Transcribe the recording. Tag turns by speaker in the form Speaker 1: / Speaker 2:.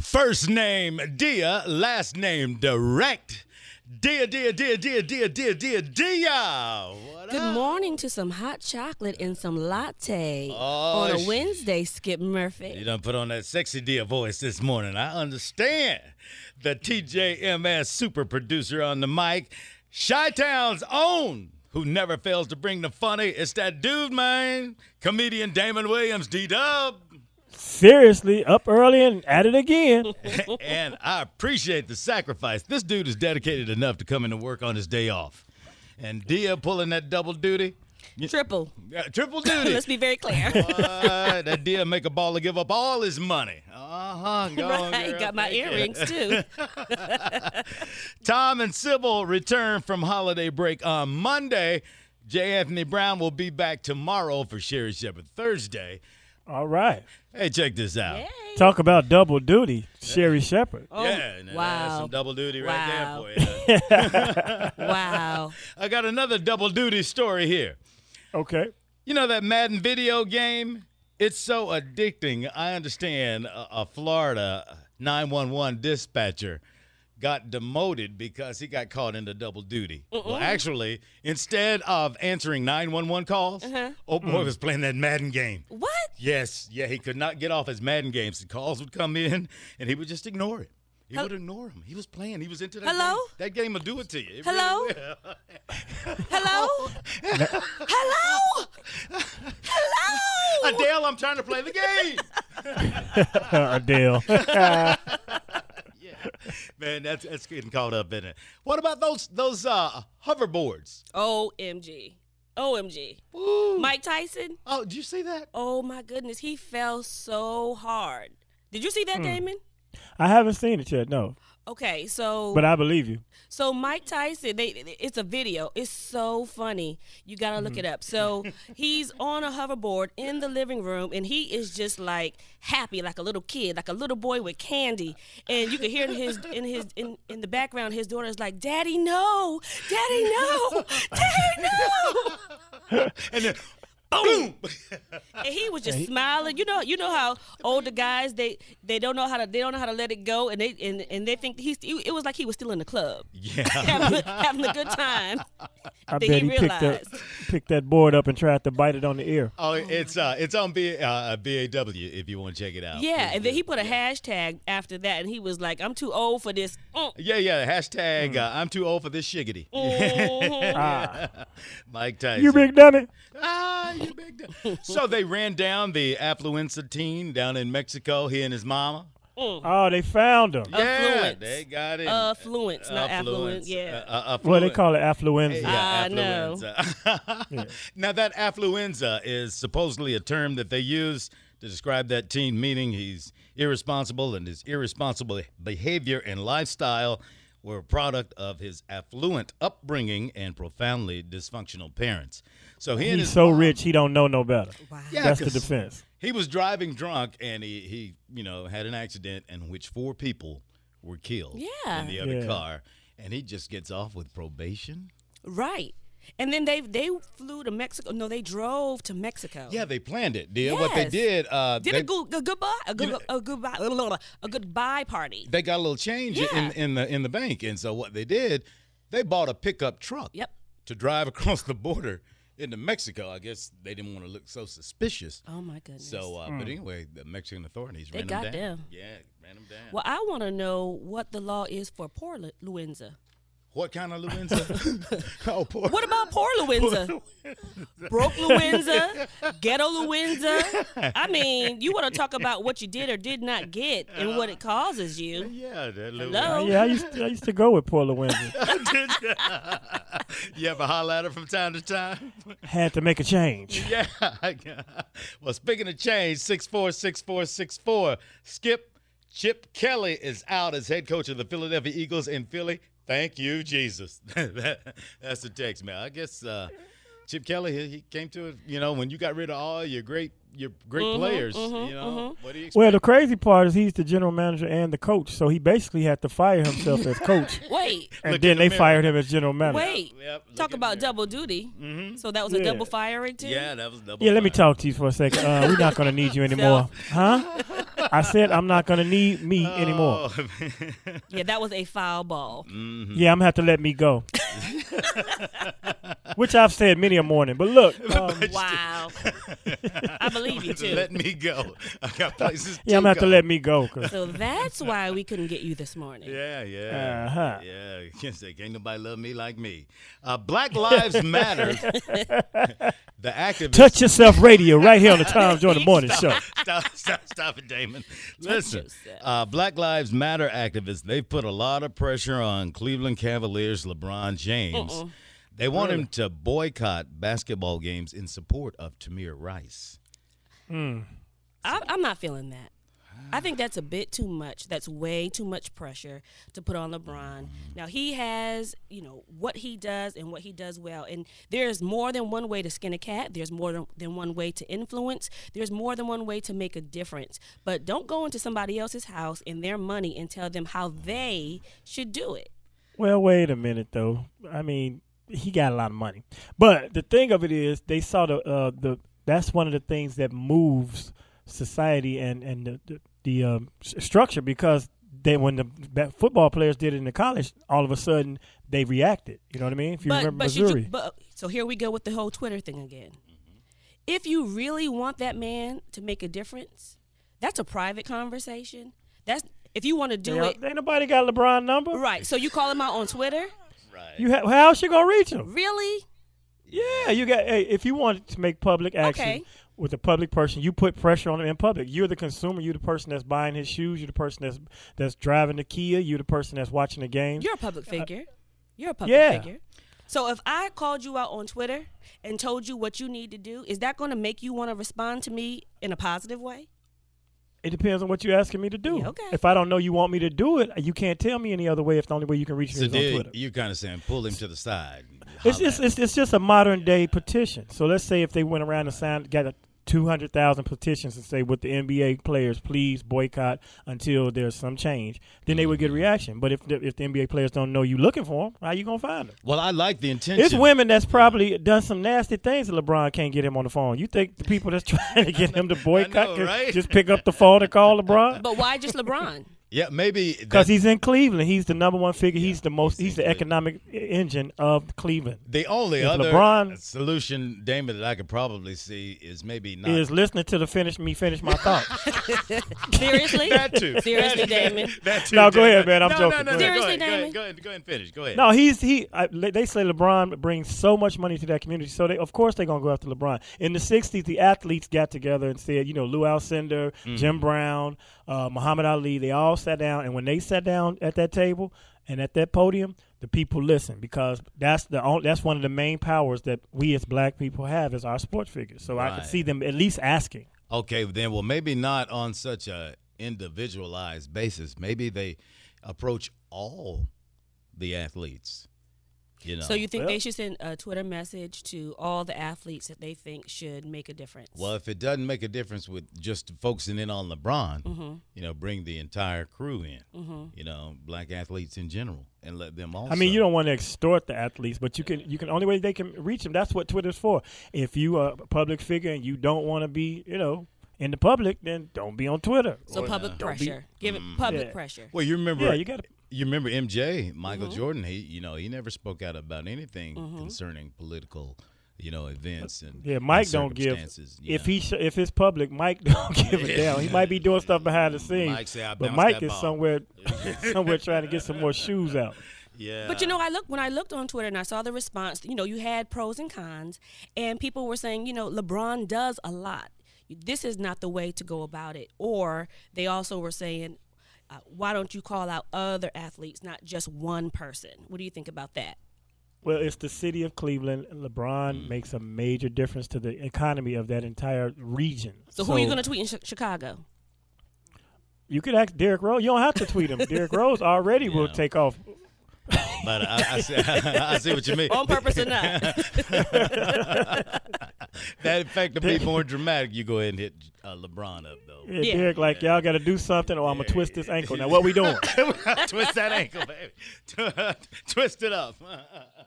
Speaker 1: First name Dia, last name Direct. Dia, Dia, Dia, Dia, Dia, Dia, Dia, Dia. What
Speaker 2: Good
Speaker 1: up?
Speaker 2: morning to some hot chocolate and some latte
Speaker 1: Oh,
Speaker 2: on a
Speaker 1: sh-
Speaker 2: Wednesday, Skip
Speaker 1: You
Speaker 2: Murphy.
Speaker 1: done put on that sexy Dia voice this morning. I understand. The TJMS super producer on the mic, Chi Town's own, who never fails to bring the funny. It's that dude, man. Comedian Damon Williams, D Dub.
Speaker 3: Seriously, up early and at it again.
Speaker 1: and I appreciate the sacrifice. This dude is dedicated enough to come into work on his day off. And Dia pulling that double duty,
Speaker 2: Triple.
Speaker 1: uh, triple duty.
Speaker 2: Let's be very clear.
Speaker 1: Uh, that Dia make a baller give up all his money. Uh huh.
Speaker 2: right. Got my earrings too.
Speaker 1: Tom and Sybil return from holiday break on Monday. J. Anthony Brown will be back tomorrow for Sherry Shepherd Thursday.
Speaker 3: All right.
Speaker 1: Hey, check this out.
Speaker 3: Talk about double duty, Sherry Shepard.
Speaker 2: Oh,
Speaker 1: Yeah, now that's
Speaker 2: wow.
Speaker 1: some double duty right
Speaker 2: Wow.
Speaker 1: there for you.
Speaker 2: wow.
Speaker 1: I got another double duty story here.
Speaker 3: Okay.
Speaker 1: You know that Madden video game? It's so addicting. I understand a, a Florida 911 dispatcher got demoted because he got caught into double duty. Well, actually, instead of answering 911 calls,
Speaker 2: Uh-huh.
Speaker 1: oh
Speaker 2: Mm.
Speaker 1: boy, was playing that Madden game.
Speaker 2: What?
Speaker 1: Yes, yeah, he could not get off his Madden games. The calls would come in, and he would just ignore it. He would ignore him. He was playing. He was into that
Speaker 2: Hello?
Speaker 1: game. That game will do it to you. It really
Speaker 2: Hello?
Speaker 1: will.
Speaker 2: Hello? Hello? Hello?
Speaker 1: Adele, I'm trying to play the game.
Speaker 3: Uh, Adele.
Speaker 1: Man, that's that's getting caught up in it. What about those those uh hoverboards?
Speaker 2: OMG. OMG.
Speaker 1: Ooh.
Speaker 2: Mike Tyson?
Speaker 1: Oh, did you see that?
Speaker 2: Oh my goodness. He fell so hard. Did you see
Speaker 1: Hmm.
Speaker 2: that, Damon?
Speaker 3: I haven't seen it yet, no.
Speaker 2: Okay, so
Speaker 3: But I believe you.
Speaker 2: So Mike Tyson, they it's a video. It's so funny. You gotta look it up. So he's on a hoverboard in the living room, and he is just like happy, like a little kid, like a little boy with candy. And you can hear in his in his in, in the background, his daughter's like, "Daddy, no, Daddy, no, Daddy, no."
Speaker 1: And
Speaker 2: Oh,
Speaker 1: then boom.
Speaker 2: And he was just smiling. You know, you know how older guys they they don't know how to they don't know how to let it go, and they and, and they think he's it was like he was still in the club.
Speaker 1: yeah.
Speaker 2: having, a- having a good time.
Speaker 3: I,
Speaker 2: think
Speaker 3: bet
Speaker 2: he
Speaker 3: he, picked that
Speaker 2: realized.
Speaker 3: picked that board up and tried to bite it on the ear.
Speaker 1: Oh, it's uh it's on B uh BAW if you want to check it out.
Speaker 2: Yeah,
Speaker 1: Please
Speaker 2: and then
Speaker 1: do.
Speaker 2: he put a hashtag after that, and he was like, "I'm too old for this." Mm,
Speaker 1: Yeah, yeah. Hashtag uh, I'm too old for this shiggity.
Speaker 2: mhm.
Speaker 3: Ah,
Speaker 1: Mike Tyson.
Speaker 3: you big dummy.
Speaker 1: Ah, you big dumb. so they ran down the affluenza teen down in Mexico, he and his mama.
Speaker 3: Oh, they found him.
Speaker 1: Yeah,
Speaker 2: Affluence.
Speaker 1: they got it.
Speaker 2: Affluence, not affluence. Yeah.
Speaker 1: Uh, uh,
Speaker 3: Well, they
Speaker 1: affluence.
Speaker 3: call it affluenza.
Speaker 1: Yeah,
Speaker 2: I know.
Speaker 1: affluenza. Now that affluenza is supposedly a term that they use to describe that teen, meaning he's irresponsible and his irresponsible behavior and lifestyle were a product of his affluent upbringing and profoundly dysfunctional parents. So he and
Speaker 3: He's
Speaker 1: his
Speaker 3: so rich he don't know no better.
Speaker 1: yeah,
Speaker 3: That's the
Speaker 1: 'cause
Speaker 3: defense.
Speaker 1: He was driving drunk and he he you know had an accident in which four people were killed
Speaker 2: Yeah.
Speaker 1: in the other
Speaker 3: Yeah.
Speaker 1: car, and he just gets off with probation.
Speaker 2: right. And then they they flew to Mexico. No, they drove to Mexico.
Speaker 1: Yeah, they planned it. Dear, what they
Speaker 2: Yes.
Speaker 1: did, uh,
Speaker 2: Did
Speaker 1: they,
Speaker 2: a, good, a goodbye, a, good,
Speaker 1: know-
Speaker 2: a goodbye, blah, blah, blah, a goodbye party.
Speaker 1: they got a little change in,
Speaker 2: Yeah.
Speaker 1: in the in the bank, and so what they did, they bought a pickup truck.
Speaker 2: Yep.
Speaker 1: To drive across the border into Mexico, I guess they didn't want to look so suspicious.
Speaker 2: Oh my goodness.
Speaker 1: So, uh, but anyway, the Mexican authorities
Speaker 2: They
Speaker 1: ran
Speaker 2: got
Speaker 1: them down.
Speaker 2: them.
Speaker 1: Yeah, ran them down. What,
Speaker 2: well, I want to know what the law is for poor Lu- Luenza.
Speaker 1: kind of Luenza? oh, poor.
Speaker 2: What about poor Luenza? Broke Luenza, ghetto Luenza. I mean, you want to talk about what you did or did not get and what it causes you.
Speaker 1: Yeah, that
Speaker 2: Hello?
Speaker 3: Yeah, I used to, I used to go with Paula Windsor.
Speaker 1: Luenza. You ever holler at her from time to time?
Speaker 3: Had to make a change.
Speaker 1: Yeah. well, speaking of change, 646464, Skip Chip Kelly is out as head coach of the Philadelphia Eagles in Philly. Thank you, Jesus. That- that's the text, man. I guess uh, Chip Kelly, he, he came to it, you know, when you got rid of all your great your great
Speaker 2: Mm-hmm,
Speaker 1: players, you know. What do you expect?
Speaker 3: Well, the crazy part is he's the general manager and the coach, so he basically had to fire himself as coach,
Speaker 2: Wait,
Speaker 3: and
Speaker 1: Look in the
Speaker 3: then they
Speaker 1: mirror.
Speaker 3: fired him as general manager.
Speaker 2: wait.
Speaker 1: Yep, look
Speaker 2: Talk
Speaker 1: in
Speaker 2: about
Speaker 1: there.
Speaker 2: double duty. So that was a
Speaker 3: Yeah.
Speaker 2: double firing too?
Speaker 1: yeah, that was double.
Speaker 3: Yeah, let me
Speaker 1: fire.
Speaker 3: talk to you for a second. Uh, we're not going to need you anymore, huh? I said I'm not gonna need me anymore.
Speaker 1: Oh, man.
Speaker 2: Yeah, that was a foul ball.
Speaker 1: Mm-hmm.
Speaker 3: Yeah, I'm gonna have to let me go. Which I've said many a morning. But look, um,
Speaker 2: Wow. I believe you too.
Speaker 1: Mm-hmm. Let me go. I got places.
Speaker 3: yeah, I'm gonna have to
Speaker 1: go.
Speaker 3: let me go. 'cause-
Speaker 2: So that's why we couldn't get you this morning.
Speaker 1: Yeah, yeah,
Speaker 3: Uh-huh.
Speaker 1: yeah. Can't say can't nobody love me like me. Uh, Black Lives Matter. the activists.
Speaker 3: Touch Yourself Radio right here on the Tom Join the Morning Show.
Speaker 1: stop, stop, stop it, Damon. Listen,
Speaker 2: yourself.
Speaker 1: uh, Black Lives Matter activists, they've put a lot of pressure on Cleveland Cavaliers LeBron James.
Speaker 2: Uh-uh.
Speaker 1: They want him to boycott basketball games in support of Tamir Rice.
Speaker 2: I, I'm not feeling that. I think that's a bit too much. That's way too much pressure to put on LeBron. Now he has, you know, what he does and what he does well. And there's more than one way to skin a cat. There's more than, than one way to influence. There's more than one way to make a difference. But don't go into somebody else's house and their money and tell them how they should do it.
Speaker 3: Well, wait a minute though. I mean, he got a lot of money, but the thing of it is, they saw the uh, the that's one of the things that moves society and and the the, the um, s- structure because they when the ba- football players did it in the college, all of a sudden they reacted. You know what I mean? If you remember
Speaker 2: should
Speaker 3: Missouri,
Speaker 2: You, but so here we go with the whole Twitter thing again. If you really want that man to make a difference, that's a private conversation. That's if you want to do
Speaker 3: Ain't-
Speaker 2: it
Speaker 3: ain't nobody got LeBron number.
Speaker 2: right. So you call him out on Twitter?
Speaker 1: Right.
Speaker 3: You ha- how else you gonna reach him?
Speaker 2: Really?
Speaker 3: Yeah, you got. Hey, if you wanted to make public action
Speaker 2: Okay.
Speaker 3: with a public person, you put pressure on them in public. You're the consumer. You're the person that's buying his shoes. You're the person that's that's driving the Kia. You're the person that's watching the game.
Speaker 2: You're a public figure. You're a public
Speaker 3: yeah.
Speaker 2: figure. So if I called you out on Twitter and told you what you need to do, is that going to make you want to respond to me in a positive way?
Speaker 3: it depends on what you're asking me to do.
Speaker 2: Yeah, okay.
Speaker 3: If I don't know you want me to do it, you can't tell me any other way. If the only way you can reach me
Speaker 1: So
Speaker 3: is on
Speaker 1: did,
Speaker 3: Twitter.
Speaker 1: you kind of saying pull him to the side. and
Speaker 3: It's
Speaker 1: holler
Speaker 3: just
Speaker 1: at him.
Speaker 3: it's, it's just a modern day petition. So let's say if they went around and signed got two hundred thousand petitions and say with the NBA players please boycott until there's some change, then they would get a reaction. But if the, if the NBA players don't know you looking for them, how you gonna find them?
Speaker 1: well, I like the intention.
Speaker 3: It's women that's probably done some nasty things that LeBron can't get him on the phone. You think the people that's trying to get him to boycott
Speaker 1: know,
Speaker 3: can
Speaker 1: right?
Speaker 3: just pick up the phone and call LeBron?
Speaker 2: But why just LeBron?
Speaker 1: Yeah, maybe
Speaker 3: Because
Speaker 1: that's
Speaker 3: he's in Cleveland. He's the number one figure. he's the most. He's the
Speaker 1: good.
Speaker 3: economic e-, engine of Cleveland.
Speaker 1: the only
Speaker 3: if
Speaker 1: other
Speaker 3: LeBron-
Speaker 1: solution, Damon, that I could probably see is maybe not
Speaker 3: Is listening to the finish me finish my thoughts.
Speaker 2: Seriously?
Speaker 1: that too.
Speaker 2: Seriously, Damon?
Speaker 1: That too.
Speaker 3: No, go
Speaker 1: Damon.
Speaker 3: ahead, man. I'm
Speaker 1: no,
Speaker 3: joking.
Speaker 1: No, no, no. Go
Speaker 2: ahead.
Speaker 3: Go
Speaker 2: Seriously,
Speaker 1: ahead, go
Speaker 2: Damon?
Speaker 1: ahead, go ahead, go ahead and finish. Go ahead.
Speaker 3: No, he's he. I, they say LeBron brings so much money to that community, so they of course they're gonna go after LeBron. In the '60s, the athletes got together and said, you know, Lou Alcindor,
Speaker 1: Mm-hmm.
Speaker 3: Jim Brown, uh, Muhammad Ali. They all sat down, and when they sat down at that table and at that podium, the people listened because that's the on- that's one of the main powers that we as Black people have as our sports figures. So I
Speaker 1: Right.
Speaker 3: can see them at least asking.
Speaker 1: Okay, then well maybe not on such a individualized basis. Maybe they approach all the athletes. You know.
Speaker 2: So you think
Speaker 3: Well-
Speaker 2: they should send a Twitter message to all the athletes that they think should make a difference?
Speaker 1: well, if it doesn't make a difference with just focusing in on LeBron,
Speaker 2: Mm-hmm.
Speaker 1: you know, bring the entire crew in. You know, black athletes in general, and let them also.
Speaker 3: I mean, you don't want to extort the athletes, but you can. You can only way they can reach them. That's what Twitter's for. If you are a public figure and you don't want to be, you know, in the public, then don't be on Twitter.
Speaker 2: So public
Speaker 3: be-
Speaker 2: pressure. Give it public
Speaker 3: Yeah.
Speaker 2: pressure.
Speaker 1: Mm-hmm. Well, you remember.
Speaker 3: Yeah, you gotta- Mm-hmm.
Speaker 1: You remember MJ, Michael Jordan. He, you know, he never spoke out about anything concerning political, you know, events and
Speaker 3: yeah, Mike
Speaker 1: and
Speaker 3: don't give.
Speaker 1: circumstances, you
Speaker 3: If
Speaker 1: know.
Speaker 3: he sh- if it's public, Mike don't give a damn. He might be doing stuff behind the scenes,
Speaker 1: Mike say, "I
Speaker 3: but
Speaker 1: bounced
Speaker 3: Mike
Speaker 1: that
Speaker 3: is
Speaker 1: ball."
Speaker 3: somewhere somewhere trying to get some more shoes out.
Speaker 1: yeah,
Speaker 2: But you know, I looked when I looked on Twitter and I saw the response. You know, you had pros and cons, and people were saying, you know, LeBron does a lot. This is not the way to go about it. Or they also were saying, uh, why don't you call out other athletes, not just one person? What do you think about that?
Speaker 3: Well, it's the city of Cleveland. LeBron
Speaker 1: Mm.
Speaker 3: makes a major difference to the economy of that entire region.
Speaker 2: So, who are you going to tweet in Chi- Chicago?
Speaker 3: You could ask Derrick Rose. You don't have to tweet him. Derrick Rose already will
Speaker 1: Yeah.
Speaker 3: take off
Speaker 1: But I, I, see, I see what you mean.
Speaker 3: Oh
Speaker 2: On purpose or not?
Speaker 1: That in fact to be more dramatic, you go ahead and hit uh, LeBron up though.
Speaker 3: Yeah,
Speaker 2: Yeah.
Speaker 3: Derek, like y'all got to do something, or I'm gonna twist this ankle. Now, what we doing?
Speaker 1: Twist that ankle, baby. Twist it up.